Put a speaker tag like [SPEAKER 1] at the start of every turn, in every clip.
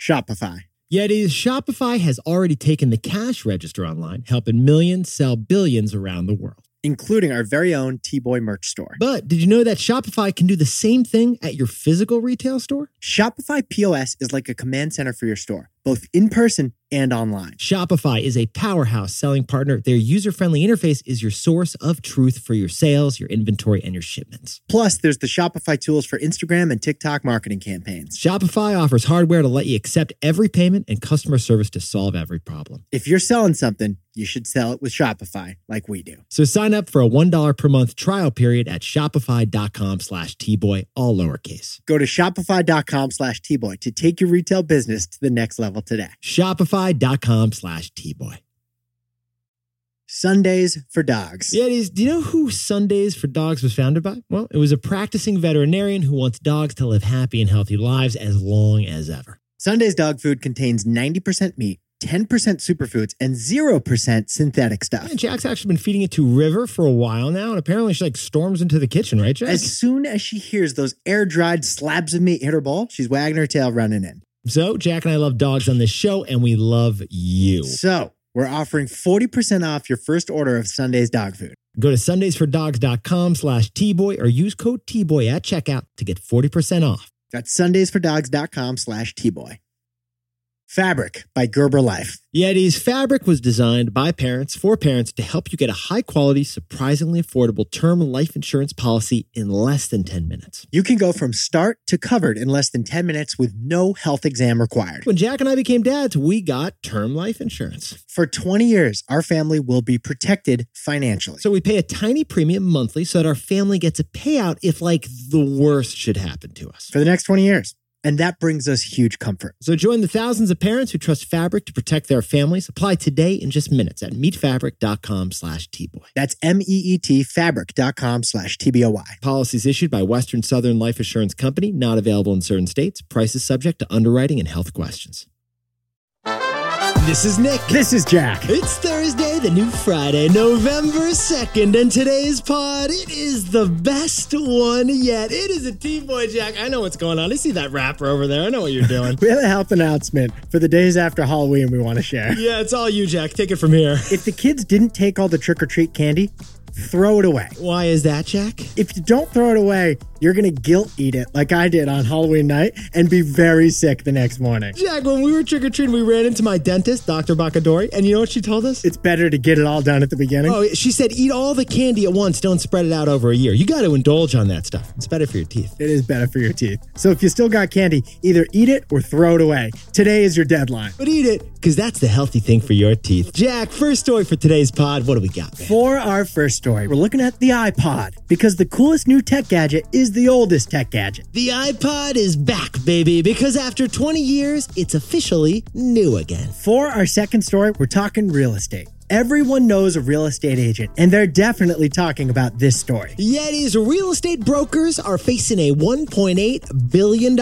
[SPEAKER 1] Shopify.
[SPEAKER 2] Yetis, Shopify has already taken the cash register online, helping millions sell billions around the world.
[SPEAKER 1] including our very own T-Boy merch store.
[SPEAKER 2] But did you know that Shopify can do the same thing at your physical retail store?
[SPEAKER 1] Shopify POS is like a command center for your store, both in person and online.
[SPEAKER 2] Shopify is a powerhouse selling partner. Their user friendly interface is your source of truth for your sales, your inventory, and your shipments.
[SPEAKER 1] Plus, there's the Shopify tools for Instagram and TikTok marketing campaigns.
[SPEAKER 2] Shopify offers hardware to let you accept every payment and customer service to solve every problem.
[SPEAKER 1] If you're selling something, you should sell it with Shopify like we do.
[SPEAKER 2] So sign up for a $1 per month trial period at shopify.com slash tboy, all lowercase.
[SPEAKER 1] Go to shopify.com slash tboy to take your retail business to the next level today.
[SPEAKER 2] Shopify.com slash tboy.
[SPEAKER 1] Sundays for dogs.
[SPEAKER 2] Yeah, it is. Do you know who Sundays for Dogs was founded by? Well, it was a practicing veterinarian who wants dogs to live happy and healthy lives as long as ever.
[SPEAKER 1] Sunday's dog food contains 90% meat, 10% superfoods, and 0% synthetic stuff.
[SPEAKER 2] And Jack's actually been feeding it to River for a while now, and apparently she like storms into the kitchen, right, Jack?
[SPEAKER 1] As soon as she hears those air dried slabs of meat hit her bowl, she's wagging her tail running in.
[SPEAKER 2] so Jack and I love dogs on this show, and we love you.
[SPEAKER 1] So we're offering 40% off your first order of Sunday's dog food.
[SPEAKER 2] Go to sundaysfordogs.com slash tboy or use code tboy at checkout to get 40% off.
[SPEAKER 1] That's sundaysfordogs.com slash tboy. Fabric by Gerber Life.
[SPEAKER 2] Yeti's fabric was designed by parents for parents to help you get a high quality, surprisingly affordable term life insurance policy in less than 10 minutes.
[SPEAKER 1] You can go from start to covered in less than 10 minutes with no health exam required.
[SPEAKER 2] When Jack and I became dads, we got term life insurance.
[SPEAKER 1] For 20 years, our family will be protected financially.
[SPEAKER 2] So we pay a tiny premium monthly so that our family gets a payout if, like, the worst should happen to us.
[SPEAKER 1] for the next 20 years. And that brings us huge comfort.
[SPEAKER 2] So join the thousands of parents who trust Fabric to protect their families. Apply today in just minutes at meetfabric.com slash tboy.
[SPEAKER 1] That's E M-E-E-T fabric.com slash T-B-O-Y.
[SPEAKER 2] Policies issued by Western Southern Life Assurance Company, not available in certain states. Prices subject to underwriting and health questions. This is Nick.
[SPEAKER 1] This is Jack.
[SPEAKER 2] It's Thursday, the new Friday, November 2nd, and today's pod, it is the best one yet. It is a T-Boy Jack. I know what's going on. I see that rapper over there. I know what you're doing.
[SPEAKER 1] We have a health announcement for the days after Halloween we want to share.
[SPEAKER 2] yeah, it's all you, Jack. Take it from here.
[SPEAKER 1] If the kids didn't take all the trick or treat candy, throw it away.
[SPEAKER 2] Why is that, Jack?
[SPEAKER 1] If you don't throw it away, you're going to guilt eat it like I did on Halloween night and be very sick the next morning.
[SPEAKER 2] Jack, when we were trick-or-treating, we ran into my dentist, Dr. Bakadori, and you know what she told us?
[SPEAKER 1] It's better to get it all done at the beginning.
[SPEAKER 2] Oh, she said, eat all the candy at once. Don't spread it out over a year. You got to indulge on that stuff. It's better for your teeth.
[SPEAKER 1] It is better for your teeth. So if you still got candy, either eat it or throw it away. Today is your deadline.
[SPEAKER 2] But eat it, because that's the healthy thing for your teeth. Jack, first story for today's pod. What do we got, man?
[SPEAKER 1] For our first story, we're looking at the iPod because the coolest new tech gadget is the oldest tech gadget.
[SPEAKER 2] The iPod is back, baby, because after 20 years, it's officially new again.
[SPEAKER 1] For our second story, we're talking real estate. Everyone knows a real estate agent, and they're definitely talking about this story.
[SPEAKER 2] Yeti's real estate brokers are facing a $1.8 billion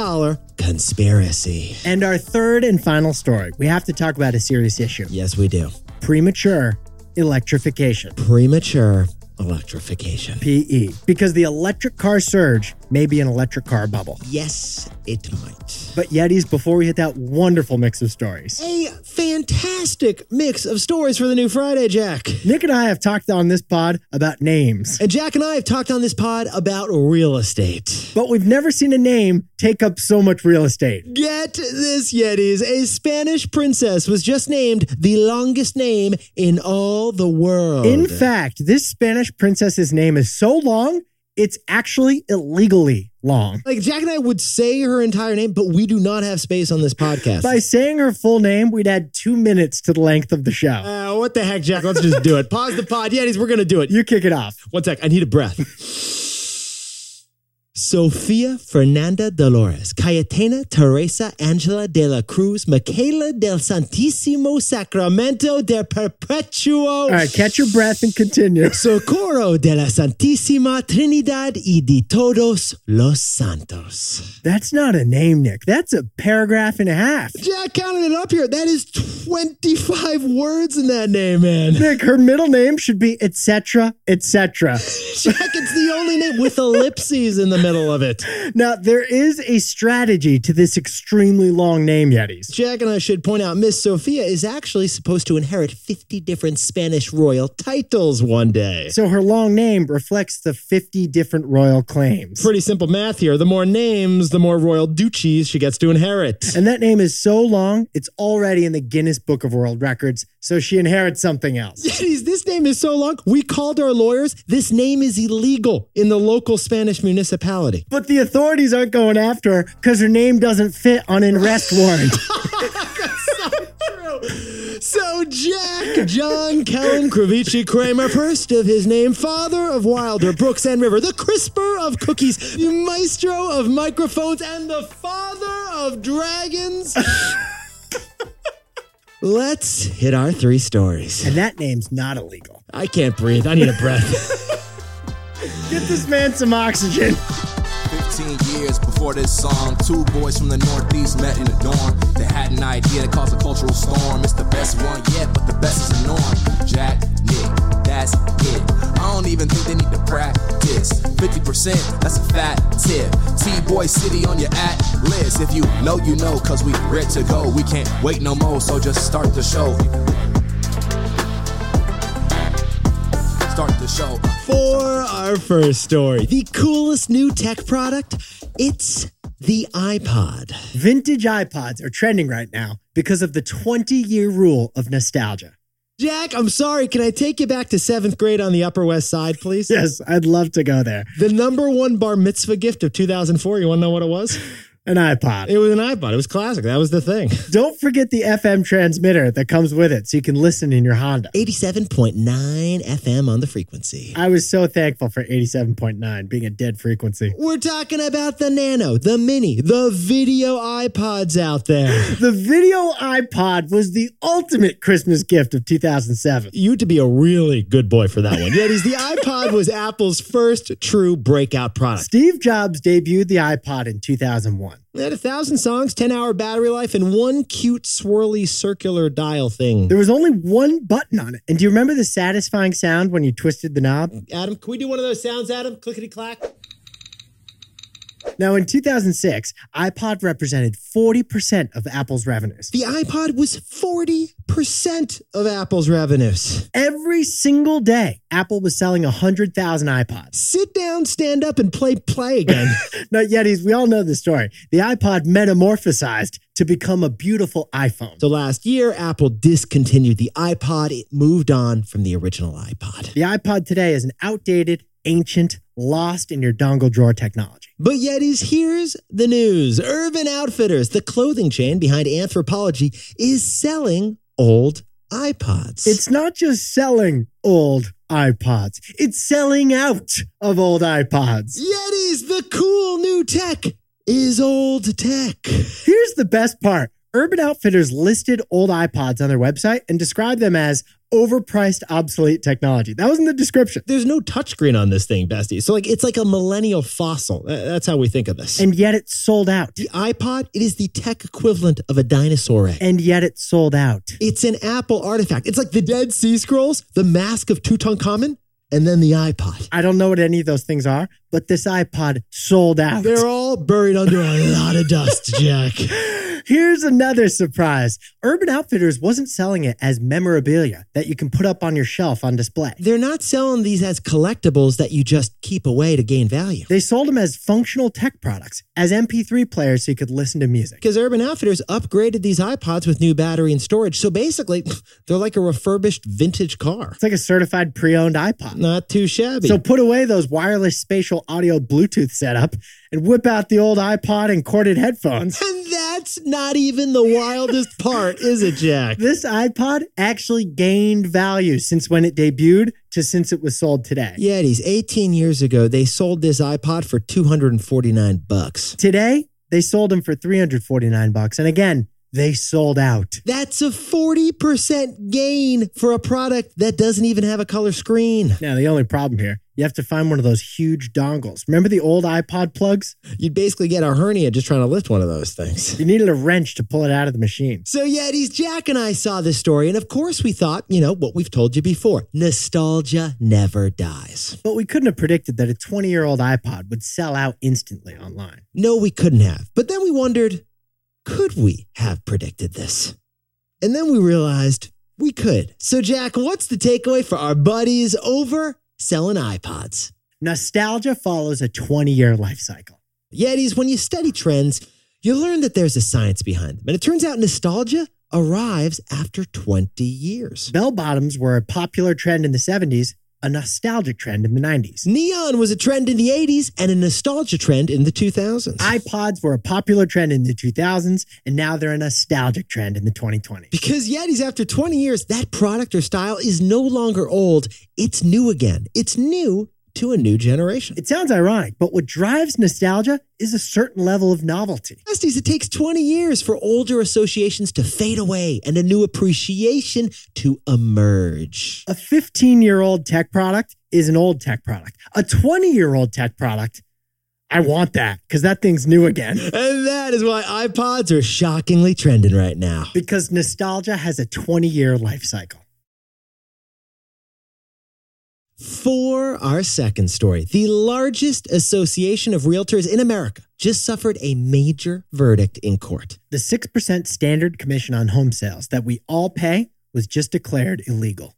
[SPEAKER 2] conspiracy.
[SPEAKER 1] And our third and final story, we have to talk about a serious issue
[SPEAKER 2] Yes, we do.
[SPEAKER 1] premature electrification,
[SPEAKER 2] Premature electrification.
[SPEAKER 1] PE, because the electric car surge may be an electric car bubble.
[SPEAKER 2] Yes, it might.
[SPEAKER 1] But Yetis, before we hit that wonderful mix of stories,
[SPEAKER 2] a fantastic mix of stories for the new Friday, Jack.
[SPEAKER 1] Nick and I have talked on this pod about names.
[SPEAKER 2] And Jack and I have talked on this pod about real estate.
[SPEAKER 1] but we've never seen a name take up so much real estate.
[SPEAKER 2] Get this, Yetis. A Spanish princess was just named the longest name in all the world.
[SPEAKER 1] In fact, this Spanish princess's name is so long, it's actually illegally long.
[SPEAKER 2] like Jack and I would say her entire name, but we do not have space on this podcast.
[SPEAKER 1] By saying her full name, we'd add two minutes to the length of the show.
[SPEAKER 2] Uh, what the heck, Jack? Let's just do it. Pause the pod. Yetis, we're going to do it.
[SPEAKER 1] You kick it off.
[SPEAKER 2] One sec, I need a breath. Sofia Fernanda Dolores, Cayetana Teresa Angela de la Cruz, Michaela del Santissimo Sacramento del Perpetuo.
[SPEAKER 1] All right, catch your breath and continue.
[SPEAKER 2] Socorro de la Santísima Trinidad y de todos los santos.
[SPEAKER 1] That's not a name, Nick. That's a paragraph and a half.
[SPEAKER 2] Jack counted it up here. That is 25 words in that name, man.
[SPEAKER 1] Nick, her middle name should be etc. etc.
[SPEAKER 2] Jack, it's the only name with ellipses in the middle of it.
[SPEAKER 1] Now, there is a strategy to this extremely long name, Yetis.
[SPEAKER 2] Jack and I should point out Miss Sophia is actually supposed to inherit 50 different Spanish royal titles one day.
[SPEAKER 1] So her long name reflects the 50 different royal claims.
[SPEAKER 2] Pretty simple math here. The more names, the more royal duchies she gets to inherit.
[SPEAKER 1] And that name is so long, it's already in the Guinness Book of World Records, so she inherits something else.
[SPEAKER 2] Yetis, this name is so long. We called our lawyers. This name is illegal in the local Spanish municipality.
[SPEAKER 1] But the authorities aren't going after her because her name doesn't fit on an arrest warrant.
[SPEAKER 2] So Jack, John, Kellen, Kravici, Kramer, first of his name, father of Wilder, Brooks and River, the crisper of cookies, the maestro of microphones, and the father of dragons. Let's hit our three stories.
[SPEAKER 1] and that name's not illegal.
[SPEAKER 2] I can't breathe. I need a breath.
[SPEAKER 1] Get this man some oxygen.
[SPEAKER 3] 15 years before this song, two boys from the Northeast met in the dorm. They had an idea that caused a cultural storm. It's the best one yet, but the best is the norm. Jack, Nick, that's it. I don't even think they need to practice. 50%, that's a fat tip. T-Boy City on your at list. If you know, you know, cause we ready to go. We can't wait no more, so just start the show. Start the show.
[SPEAKER 2] For our first story, the coolest new tech product, it's the iPod.
[SPEAKER 1] Vintage iPods are trending right now because of the 20 year rule of nostalgia.
[SPEAKER 2] Jack, I'm sorry. Can I take you back to seventh grade on the Upper West Side, please?
[SPEAKER 1] Yes, I'd love to go there.
[SPEAKER 2] The number one bar mitzvah gift of 2004. You want to know what it was?
[SPEAKER 1] An iPod.
[SPEAKER 2] It was an iPod. It was classic. That was the thing.
[SPEAKER 1] Don't forget the FM transmitter that comes with it so you can listen in your Honda.
[SPEAKER 2] 87.9 FM on the frequency.
[SPEAKER 1] I was so thankful for 87.9 being a dead frequency.
[SPEAKER 2] We're talking about the Nano, the Mini, the video iPods out there.
[SPEAKER 1] The video iPod was the ultimate Christmas gift of 2007.
[SPEAKER 2] You to be a really good boy for that one. Yetis, the iPod was Apple's first true breakout product.
[SPEAKER 1] Steve Jobs debuted the iPod in 2001.
[SPEAKER 2] It had a thousand songs, 10 hour battery life, and one cute, swirly, circular dial thing.
[SPEAKER 1] There was only one button on it. And do you remember the satisfying sound when you twisted the knob?
[SPEAKER 2] Adam, can we do one of those sounds, Adam? Clickety clack.
[SPEAKER 1] Now, in 2006, iPod represented 40% of Apple's revenues.
[SPEAKER 2] The iPod was 40% of Apple's revenues.
[SPEAKER 1] Every single day, Apple was selling 100,000 iPods.
[SPEAKER 2] Sit down, stand up, and play play again.
[SPEAKER 1] Now, Yetis, we all know the story. The iPod metamorphosized to become a beautiful iPhone.
[SPEAKER 2] so last year, Apple discontinued the iPod. It moved on from the original iPod.
[SPEAKER 1] The iPod today is an outdated, ancient, lost in your dongle drawer technology.
[SPEAKER 2] But Yetis, here's the news Urban Outfitters, the clothing chain behind Anthropology, is selling old iPods.
[SPEAKER 1] It's not just selling old iPods, it's selling out of old iPods.
[SPEAKER 2] Yetis, the cool new tech is old tech.
[SPEAKER 1] Here's the best part Urban Outfitters listed old iPods on their website and described them as overpriced, obsolete technology. That was in the description.
[SPEAKER 2] there's no touchscreen on this thing, bestie. So like it's like a millennial fossil. Th- That's how we think of this.
[SPEAKER 1] And yet it sold out.
[SPEAKER 2] the iPod, it is the tech equivalent of a dinosaur egg.
[SPEAKER 1] And yet it sold out.
[SPEAKER 2] It's an Apple artifact. It's like the Dead Sea Scrolls, the Mask of Tutankhamun, and then the iPod.
[SPEAKER 1] I don't know what any of those things are, but this iPod sold out.
[SPEAKER 2] They're all buried under a lot of dust, Jack.
[SPEAKER 1] Here's another surprise Urban Outfitters wasn't selling it as memorabilia that you can put up on your shelf on display.
[SPEAKER 2] They're not selling these as collectibles that you just keep away to gain value.
[SPEAKER 1] They sold them as functional tech products, as MP3 players so you could listen to music.
[SPEAKER 2] Because Urban Outfitters upgraded these iPods with new battery and storage. So basically, they're like a refurbished vintage car.
[SPEAKER 1] It's like a certified pre owned iPod.
[SPEAKER 2] Not too shabby.
[SPEAKER 1] So put away those wireless spatial audio Bluetooth setup and whip out the old iPod and corded headphones.
[SPEAKER 2] And that's not even the wildest part, is it, Jack?
[SPEAKER 1] This iPod actually gained value since when it debuted to since it was sold today.
[SPEAKER 2] Yetis, 18 years ago, they sold this iPod for 249 bucks.
[SPEAKER 1] Today, they sold them for 349 bucks. And again, They sold out.
[SPEAKER 2] That's a 40% gain for a product that doesn't even have a color screen.
[SPEAKER 1] Now, the only problem here, you have to find one of those huge dongles. Remember the old iPod plugs?
[SPEAKER 2] You'd basically get a hernia just trying to lift one of those things.
[SPEAKER 1] You needed a wrench to pull it out of the machine.
[SPEAKER 2] So, Yetis, Jack and I saw this story, and of course, we thought, you know, what we've told you before nostalgia never dies.
[SPEAKER 1] But we couldn't have predicted that a 20 year old iPod would sell out instantly online.
[SPEAKER 2] No, we couldn't have. But then we wondered, could we have predicted this? And then we realized we could. So, Jack, what's the takeaway for our buddies over selling iPods?
[SPEAKER 1] Nostalgia follows a 20 year life cycle.
[SPEAKER 2] Yetis, when you study trends, you learn that there's a science behind them. And it turns out nostalgia arrives after 20 years.
[SPEAKER 1] Bell bottoms were a popular trend in the 70s, a nostalgic trend in the 90s.
[SPEAKER 2] Neon was a trend in the 80s and a nostalgia trend in the 2000s.
[SPEAKER 1] iPods were a popular trend in the 2000s, and now they're a nostalgic trend in the 2020s.
[SPEAKER 2] Because Yetis, after 20 years, that product or style is no longer old. It's new again. It's new to a new generation.
[SPEAKER 1] It sounds ironic, but what drives nostalgia is a certain level of novelty.
[SPEAKER 2] Besties, it takes 20 years for older associations to fade away and a new appreciation to emerge.
[SPEAKER 1] A 15 year old tech product is an old tech product. A 20 year old tech product, I want that because that thing's new again.
[SPEAKER 2] And that is why iPods are shockingly trending right now.
[SPEAKER 1] Because nostalgia has a 20 year life cycle.
[SPEAKER 2] For our second story, the largest association of realtors in America just suffered a major verdict in court.
[SPEAKER 1] The 6% standard commission on home sales that we all pay was just declared illegal.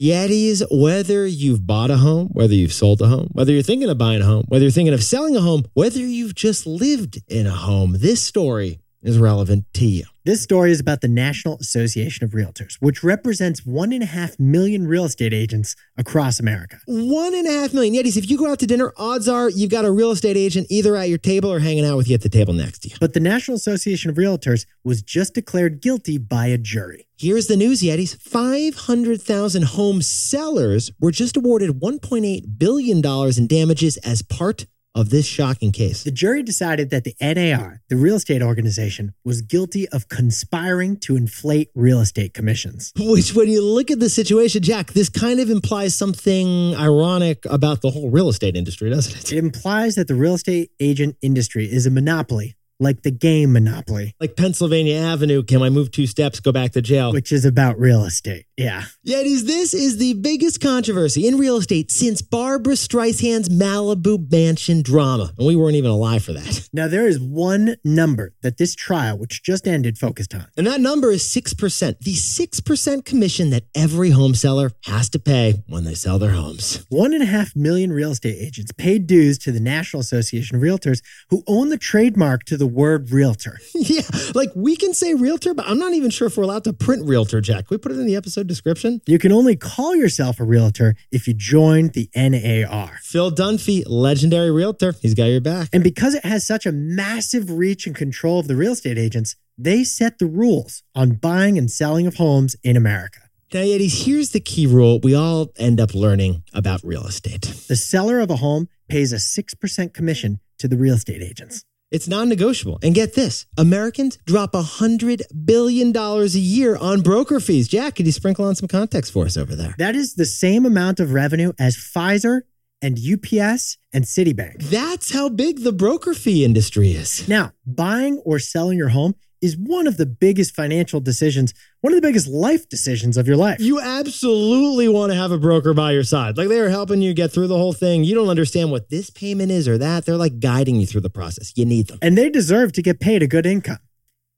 [SPEAKER 2] Yetis, whether you've bought a home, whether you've sold a home, whether you're thinking of buying a home, whether you're thinking of selling a home, whether you've just lived in a home, this story is relevant to you.
[SPEAKER 1] This story is about the National Association of Realtors, which represents one and a half million real estate agents across America.
[SPEAKER 2] One and a half million Yetis, if you go out to dinner, odds are you've got a real estate agent either at your table or hanging out with you at the table next to you.
[SPEAKER 1] But the National Association of Realtors was just declared guilty by a jury.
[SPEAKER 2] Here's the news, Yetis 500,000 home sellers were just awarded $1.8 billion in damages as part of this shocking case.
[SPEAKER 1] The jury decided that the NAR, the real estate organization, was guilty of conspiring to inflate real estate commissions.
[SPEAKER 2] Which, when you look at the situation, Jack, this kind of implies something ironic about the whole real estate industry, doesn't
[SPEAKER 1] It
[SPEAKER 2] it?
[SPEAKER 1] implies that the real estate agent industry is a monopoly, like the game Monopoly,
[SPEAKER 2] Like Pennsylvania Avenue, can I move two steps, go back to jail?
[SPEAKER 1] which is about real estate. Yeah.
[SPEAKER 2] Yet is this is the biggest controversy in real estate since Barbara Streisand's Malibu mansion drama, and we weren't even alive for that.
[SPEAKER 1] Now, there is one number that this trial, which just ended, focused on.
[SPEAKER 2] And that number is 6%, the 6% commission that every home seller has to pay when they sell their homes.
[SPEAKER 1] One and a half million real estate agents paid dues to the National Association of Realtors, who own the trademark to the word realtor.
[SPEAKER 2] yeah, like we can say realtor, but I'm not even sure if we're allowed to print realtor, Jack. Can we put it in the episode description.
[SPEAKER 1] You can only call yourself a realtor if you join the NAR.
[SPEAKER 2] Phil Dunphy, legendary realtor, he's got your back.
[SPEAKER 1] And because it has such a massive reach and control of the real estate agents, they set the rules on buying and selling of homes in America.
[SPEAKER 2] Now, Yetis, here's the key rule we all end up learning about real estate.
[SPEAKER 1] The seller of a home pays a 6% commission to the real estate agents.
[SPEAKER 2] It's non negotiable. And get this Americans drop $100 billion a year on broker fees. Jack, could you sprinkle on some context for us over there?
[SPEAKER 1] That is the same amount of revenue as Pfizer and UPS and Citibank.
[SPEAKER 2] That's how big the broker fee industry is.
[SPEAKER 1] Now, buying or selling your home is one of the biggest financial decisions, one of the biggest life decisions of your life.
[SPEAKER 2] You absolutely want to have a broker by your side. Like they are helping you get through the whole thing. You don't understand what this payment is or that. They're like guiding you through the process. You need them.
[SPEAKER 1] and they deserve to get paid a good income.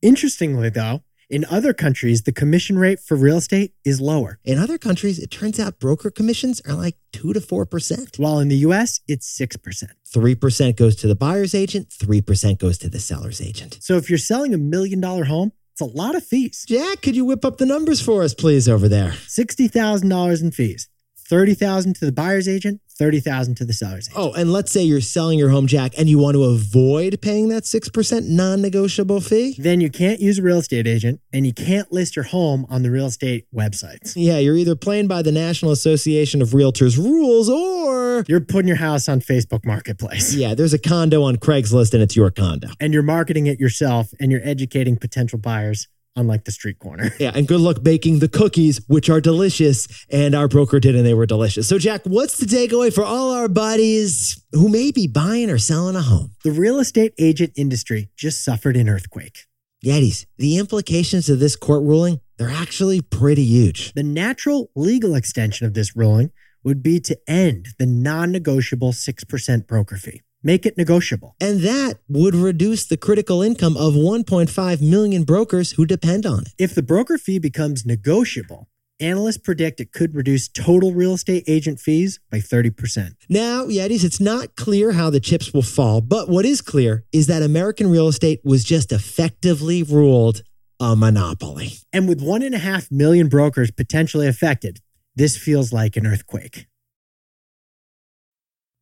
[SPEAKER 1] Interestingly, though, in other countries, the commission rate for real estate is lower,
[SPEAKER 2] In other countries, it turns out broker commissions are like 2 to 4%.
[SPEAKER 1] while in the US, it's 6%.
[SPEAKER 2] 3% goes to the buyer's agent, 3% goes to the seller's agent.
[SPEAKER 1] So if you're selling a million dollar home, it's a lot of fees
[SPEAKER 2] Jack, could you whip up the numbers for us, please, over there?
[SPEAKER 1] $60,000 in fees, $30,000 to the buyer's agent, thirty thousand to the seller's agent.
[SPEAKER 2] Oh, and let's say you're selling your home, Jack, and you want to avoid paying that 6% non negotiable fee.
[SPEAKER 1] Then you can't use a real estate agent, and you can't list your home on the real estate websites.
[SPEAKER 2] Yeah, you're either playing by the National Association of Realtors rules or.
[SPEAKER 1] You're putting your house on Facebook Marketplace,
[SPEAKER 2] Yeah, there's a condo on Craigslist and it's your condo.
[SPEAKER 1] and you're marketing it yourself, and you're educating potential buyers on like the street corner.
[SPEAKER 2] Yeah, and good luck baking the cookies, which are delicious, and our broker did, and they were delicious. So, Jack, what's the takeaway for all our buddies who may be buying or selling a home?
[SPEAKER 1] The real estate agent industry just suffered an earthquake.
[SPEAKER 2] Yetis, the implications of this court ruling, they're actually pretty huge.
[SPEAKER 1] The natural legal extension of this ruling would be to end the non negotiable 6% broker fee. Make it negotiable.
[SPEAKER 2] And that would reduce the critical income of 1.5 million brokers who depend on it.
[SPEAKER 1] If the broker fee becomes negotiable, analysts predict it could reduce total real estate agent fees by 30%.
[SPEAKER 2] Now, Yetis, it's not clear how the chips will fall, but what is clear is that American real estate was just effectively ruled a monopoly.
[SPEAKER 1] And with one and a half million brokers potentially affected, this feels like an earthquake.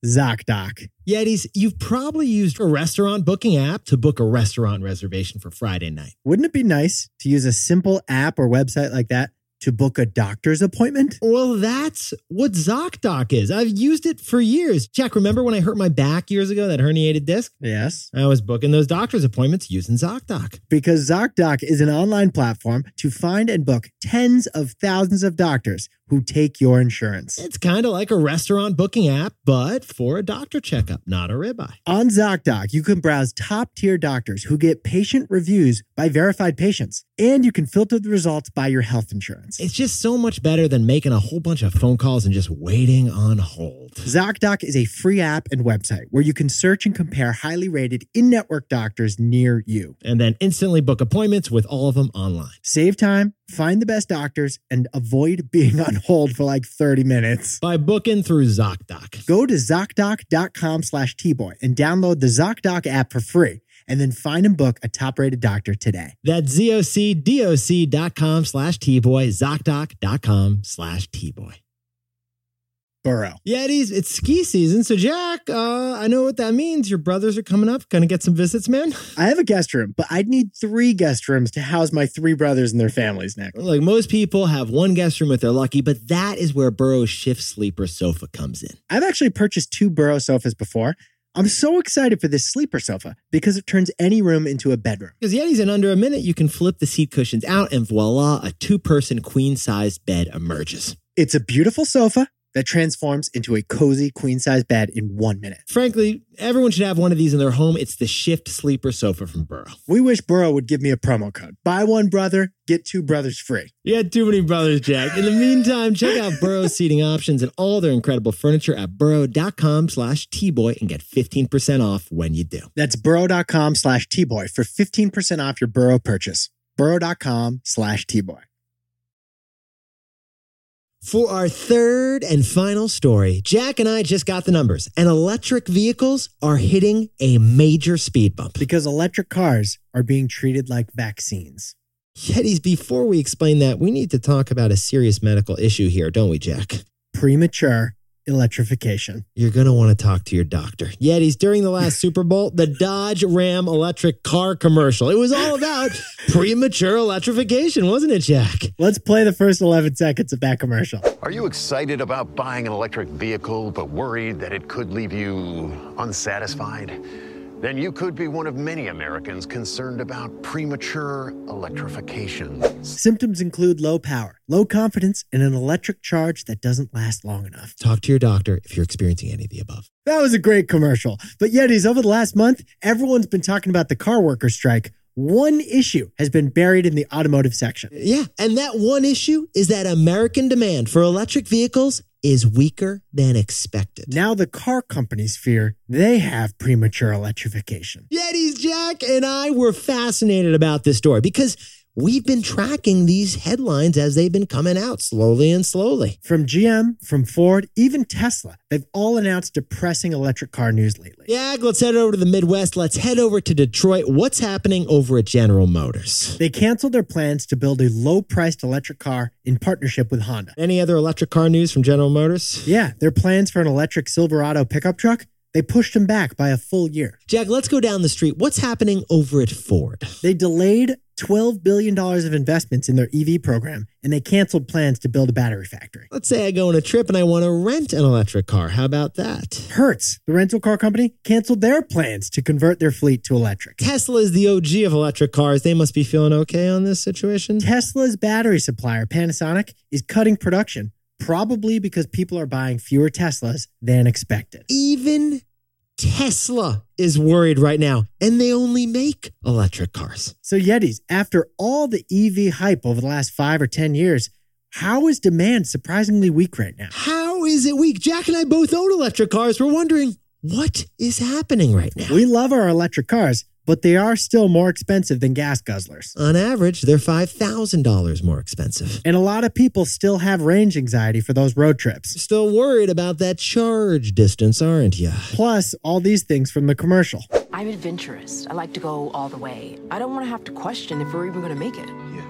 [SPEAKER 1] ZocDoc.
[SPEAKER 2] Yetis, you've probably used a restaurant booking app to book a restaurant reservation for Friday night.
[SPEAKER 1] Wouldn't it be nice to use a simple app or website like that to book a doctor's appointment?
[SPEAKER 2] Well, that's what ZocDoc is. I've used it for years. Jack, remember when I hurt my back years ago, that herniated disc?
[SPEAKER 1] Yes.
[SPEAKER 2] I was booking those doctor's appointments using ZocDoc.
[SPEAKER 1] because ZocDoc is an online platform to find and book tens of thousands of doctors who take your insurance.
[SPEAKER 2] It's kind of like a restaurant booking app, but for a doctor checkup, not a ribeye.
[SPEAKER 1] On ZocDoc, you can browse top tier doctors who get patient reviews by verified patients, and you can filter the results by your health insurance.
[SPEAKER 2] It's just so much better than making a whole bunch of phone calls and just waiting on hold.
[SPEAKER 1] ZocDoc is a free app and website where you can search and compare highly rated in network doctors near you.
[SPEAKER 2] And then instantly book appointments with all of them online.
[SPEAKER 1] Save time, find the best doctors, and avoid being on hold for like 30 minutes.
[SPEAKER 2] By booking through ZocDoc.
[SPEAKER 1] Go to ZocDoc.com slash tboy and download the ZocDoc app for free, and then find and book a top-rated doctor today.
[SPEAKER 2] That's zocdoc.com slash tboy, zocdoc.com slash tboy.
[SPEAKER 1] Burrow.
[SPEAKER 2] Yetis, it's ski season. So, Jack, uh, I know what that means. Your brothers are coming up. Gonna get some visits, man.
[SPEAKER 1] I have a guest room, but I'd need three guest rooms to house my three brothers and their families, Nick.
[SPEAKER 2] Like most people have one guest room if they're lucky, but that is where Burrow's shift sleeper sofa comes in.
[SPEAKER 1] I've actually purchased two Burrow sofas before. I'm so excited for this sleeper sofa because it turns any room into a bedroom.
[SPEAKER 2] Because Yetis, in under a minute, you can flip the seat cushions out and voila, a two person queen sized bed emerges.
[SPEAKER 1] It's a beautiful sofa that transforms into a cozy queen-size bed in one minute.
[SPEAKER 2] Frankly, everyone should have one of these in their home. It's the shift sleeper sofa from Burrow.
[SPEAKER 1] We wish Burrow would give me a promo code. Buy one brother, get two brothers free.
[SPEAKER 2] You had too many brothers, Jack. In the meantime, check out Burrow's seating options and all their incredible furniture at burrow.com slash tboy and get 15% off when you do.
[SPEAKER 1] That's burrow.com slash tboy for 15% off your burrow purchase. Burrow.com slash tboy.
[SPEAKER 2] For our third and final story, Jack and I just got the numbers, and electric vehicles are hitting a major speed bump.
[SPEAKER 1] Because electric cars are being treated like vaccines.
[SPEAKER 2] Yetis, before we explain that, we need to talk about a serious medical issue here, don't we, Jack?
[SPEAKER 1] Premature electrification.
[SPEAKER 2] You're going to want to talk to your doctor. Yetis, during the last Super Bowl, the Dodge Ram electric car commercial. It was all about premature electrification, wasn't it, Jack?
[SPEAKER 1] Let's play the first 11 seconds of that commercial.
[SPEAKER 4] Are you excited about buying an electric vehicle but worried that it could leave you unsatisfied? Then you could be one of many Americans concerned about premature electrification.
[SPEAKER 1] Symptoms include low power, low confidence, and an electric charge that doesn't last long enough.
[SPEAKER 2] Talk to your doctor if you're experiencing any of the above.
[SPEAKER 1] That was a great commercial. But Yetis, over the last month, everyone's been talking about the car worker strike. One issue has been buried in the automotive section.
[SPEAKER 2] Yeah, and that one issue is that American demand for electric vehicles is weaker than expected.
[SPEAKER 1] Now the car companies fear they have premature electrification.
[SPEAKER 2] Yetis Jack and I were fascinated about this story because we've been tracking these headlines as they've been coming out slowly and slowly.
[SPEAKER 1] From GM, from Ford, even Tesla, they've all announced depressing electric car news lately.
[SPEAKER 2] Yeah, let's head over to the Midwest. Let's head over to Detroit. What's happening over at General Motors?
[SPEAKER 1] They canceled their plans to build a low priced electric car in partnership with Honda.
[SPEAKER 2] Any other electric car news from General Motors?
[SPEAKER 1] Yeah, their plans for an electric Silverado pickup truck, they pushed them back by a full year.
[SPEAKER 2] Jack, let's go down the street. What's happening over at Ford?
[SPEAKER 1] They delayed $12 billion of investments in their EV program, and they canceled plans to build a battery factory.
[SPEAKER 2] Let's say I go on a trip and I want to rent an electric car. How about that?
[SPEAKER 1] Hertz, the rental car company, canceled their plans to convert their fleet to electric.
[SPEAKER 2] Tesla is the OG of electric cars. They must be feeling okay on this situation.
[SPEAKER 1] Tesla's battery supplier, Panasonic, is cutting production, probably because people are buying fewer Teslas than expected.
[SPEAKER 2] Even Tesla is worried right now, and they only make electric cars.
[SPEAKER 1] So, Yetis, after all the EV hype over the last five or 10 years, how is demand surprisingly weak right now?
[SPEAKER 2] How is it weak? Jack and I both own electric cars. We're wondering what is happening right now.
[SPEAKER 1] We love our electric cars, but they are still more expensive than gas guzzlers.
[SPEAKER 2] On average, they're $5,000 more expensive.
[SPEAKER 1] And a lot of people still have range anxiety for those road trips.
[SPEAKER 2] Still worried about that charge distance, aren't you?
[SPEAKER 1] Plus, all these things from the commercial.
[SPEAKER 5] I'm adventurous. I like to go all the way. I don't want to have to question if we're even going to make it. Yeah.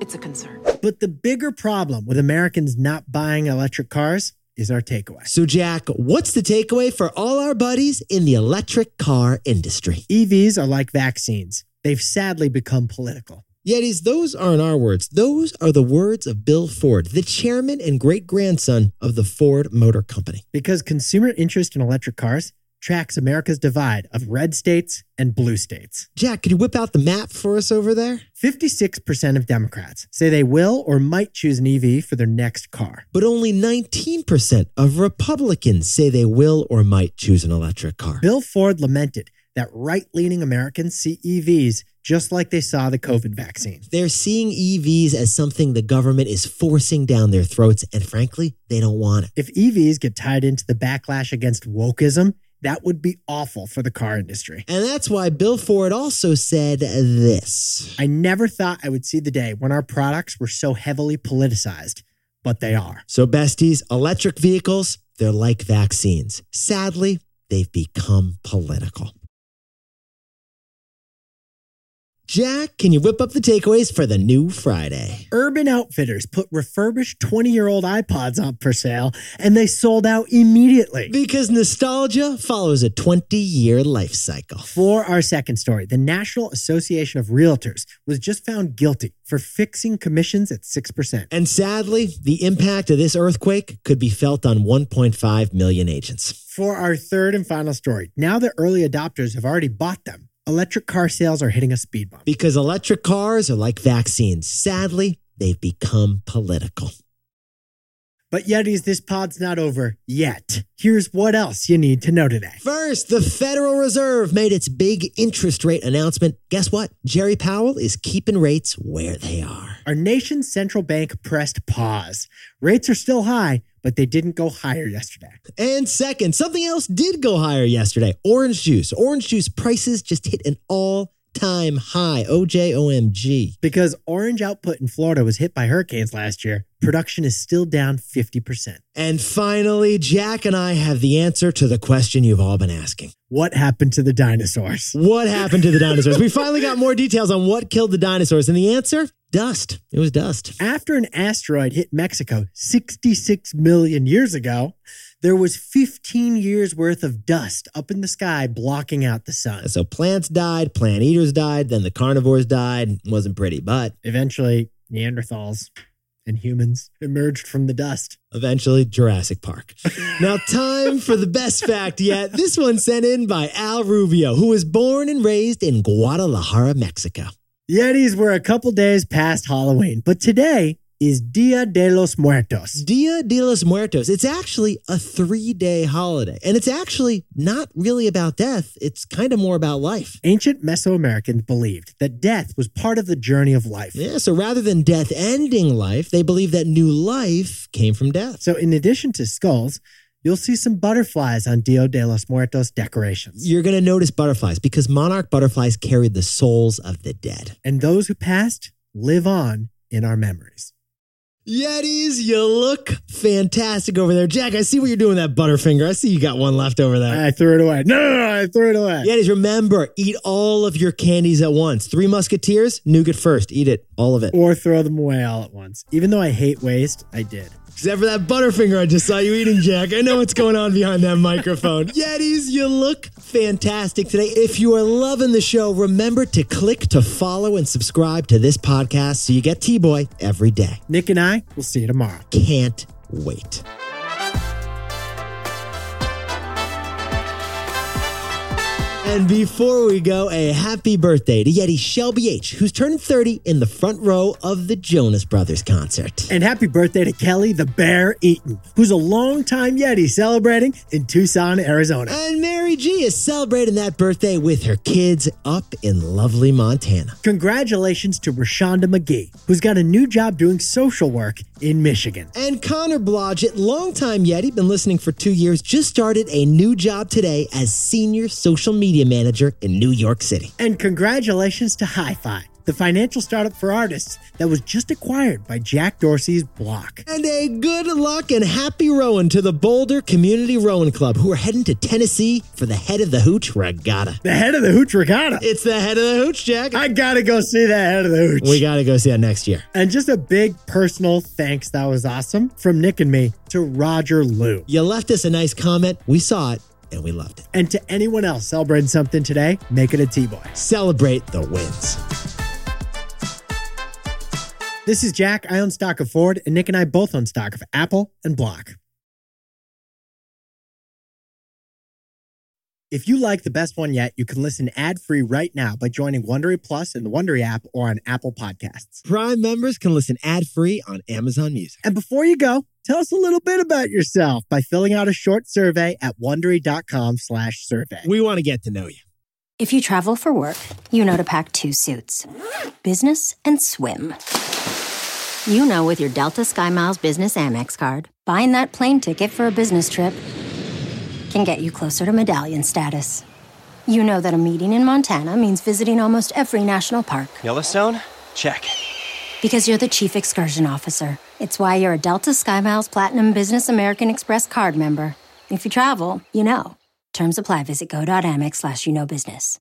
[SPEAKER 5] It's a concern.
[SPEAKER 1] But the bigger problem with Americans not buying electric cars is our takeaway.
[SPEAKER 2] So, Jack, what's the takeaway for all our buddies in the electric car industry?
[SPEAKER 1] EVs E are like vaccines, they've sadly become political.
[SPEAKER 2] Yetis, those aren't our words. Those are the words of Bill Ford, the chairman and great grandson of the Ford Motor Company.
[SPEAKER 1] because consumer interest in electric cars tracks America's divide of red states and blue states.
[SPEAKER 2] Jack, could you whip out the map for us over there?
[SPEAKER 1] 56% of Democrats say they will or might choose an EV for their next car.
[SPEAKER 2] But only 19% of Republicans say they will or might choose an electric car.
[SPEAKER 1] Bill Ford lamented that right leaning Americans see EVs E just like they saw the COVID vaccine.
[SPEAKER 2] They're seeing EVs as something the government is forcing down their throats, and frankly, they don't want it.
[SPEAKER 1] If EVs get tied into the backlash against wokeism, that would be awful for the car industry.
[SPEAKER 2] And that's why Bill Ford also said this.
[SPEAKER 1] I never thought I would see the day when our products were so heavily politicized, but they are.
[SPEAKER 2] So, besties, electric vehicles, they're like vaccines. Sadly, they've become political. Jack, can you whip up the takeaways for the new Friday?
[SPEAKER 1] Urban Outfitters put refurbished 20 year old iPods up for sale and they sold out immediately.
[SPEAKER 2] Because nostalgia follows a 20 year life cycle.
[SPEAKER 1] For our second story, the National Association of Realtors was just found guilty for fixing commissions at 6%.
[SPEAKER 2] And sadly, the impact of this earthquake could be felt on 1.5 million agents.
[SPEAKER 1] For our third and final story, now that early adopters have already bought them, electric car sales are hitting a speed bump.
[SPEAKER 2] Because electric cars are like vaccines. Sadly, they've become political.
[SPEAKER 1] But Yetis, this pod's not over yet. Here's what else you need to know today.
[SPEAKER 2] First, the Federal Reserve made its big interest rate announcement. Guess what? Jerry Powell is keeping rates where they are.
[SPEAKER 1] Our nation's central bank pressed pause. Rates are still high, but they didn't go higher yesterday.
[SPEAKER 2] And second, something else did go higher yesterday orange juice. Orange juice prices just hit an all time high. OJOMG.
[SPEAKER 1] Because orange output in Florida was hit by hurricanes last year, production is still down 50%.
[SPEAKER 2] And finally, Jack and I have the answer to the question you've all been asking.
[SPEAKER 1] What happened to the dinosaurs?
[SPEAKER 2] What happened to the dinosaurs? we finally got more details on what killed the dinosaurs. And the answer? Dust. It was dust.
[SPEAKER 1] After an asteroid hit Mexico 66 million years ago, there was 15 years worth of dust up in the sky blocking out the sun.
[SPEAKER 2] So plants died, plant eaters died, then the carnivores died. It wasn't pretty, but
[SPEAKER 1] Eventually, Neanderthals and humans emerged from the dust.
[SPEAKER 2] eventually Jurassic Park. now, time for the best fact yet. This one sent in by Al Rubio, who was born and raised in Guadalajara, Mexico.
[SPEAKER 1] Yetis were a couple days past Halloween, but today is Dia de los Muertos.
[SPEAKER 2] Dia de los Muertos. It's actually a three day holiday, and it's actually not really about death. It's kind of more about life.
[SPEAKER 1] Ancient Mesoamericans believed that death was part of the journey of life.
[SPEAKER 2] Yeah, so rather than death ending life, they believe that new life came from death.
[SPEAKER 1] So, in addition to skulls, you'll see some butterflies on Dia de los Muertos decorations.
[SPEAKER 2] You're going to notice butterflies because monarch butterflies carry the souls of the dead.
[SPEAKER 1] And those who passed live on in our memories.
[SPEAKER 2] Yetis, you look fantastic over there. Jack, I see what you're doing with that butterfinger. I see you got one left over there.
[SPEAKER 1] I threw it away. No, no, no, I threw it away.
[SPEAKER 2] Yetis, remember, eat all of your candies at once. Three Musketeers, nougat first. Eat it, all of it.
[SPEAKER 1] Or throw them away all at once. Even though I hate waste, I did.
[SPEAKER 2] Except for that butterfinger I just saw you eating, Jack. I know what's going on behind that microphone. Yetis, you look fantastic today. If you are loving the show, remember to click to follow and subscribe to this podcast so you get T Boy every day.
[SPEAKER 1] Nick and I will see you tomorrow.
[SPEAKER 2] Can't wait. And before we go, a happy birthday to Yeti Shelby H, who's turned 30 in the front row of the Jonas Brothers concert.
[SPEAKER 1] And happy birthday to Kelly the Bear Eaton, who's a longtime Yeti celebrating in Tucson, Arizona.
[SPEAKER 2] And Mary G is celebrating that birthday with her kids up in lovely Montana.
[SPEAKER 1] Congratulations to Rashonda McGee, who's got a new job doing social work in Michigan.
[SPEAKER 2] And Connor Blodgett, longtime Yeti, been listening for two years, just started a new job today as senior social media manager in New York City.
[SPEAKER 1] And congratulations to HiFi, the financial startup for artists that was just acquired by Jack Dorsey's Block.
[SPEAKER 2] And a good luck and happy rowing to the Boulder Community Rowing Club, who are heading to Tennessee for the head of the Hooch Regatta.
[SPEAKER 1] The head of the Hooch Regatta.
[SPEAKER 2] It's the head of the Hooch, Jack.
[SPEAKER 1] I gotta go see that head of the Hooch.
[SPEAKER 2] We got to go see that next year.
[SPEAKER 1] and just a big personal thanks, that was awesome, from Nick and me to Roger Liu.
[SPEAKER 2] You left us a nice comment. We saw it and we loved it.
[SPEAKER 1] And to anyone else celebrating something today, make it a T-Boy.
[SPEAKER 2] Celebrate the wins.
[SPEAKER 1] This is Jack. I own stock of Ford, and Nick and I both own stock of Apple and Block. If you like the best one yet, you can listen ad-free right now by joining Wondery Plus in the Wondery app or on Apple Podcasts.
[SPEAKER 2] Prime members can listen ad free on Amazon Music.
[SPEAKER 1] And before you go, tell us a little bit about yourself by filling out a short survey at slash survey
[SPEAKER 2] We want to get to know you.
[SPEAKER 6] If you travel for work, you know to pack two suits business and swim. You know, with your Delta Sky Miles Business Amex card, buying that plane ticket for a business trip can get you closer to medallion status. You know that a meeting in Montana means visiting almost every national park
[SPEAKER 7] Yellowstone? Check.
[SPEAKER 6] because you're the chief excursion officer. It's why you're a Delta Sky Miles Platinum Business American Express card member. If you travel, you know. Terms apply. Visit go.amex slash you know business.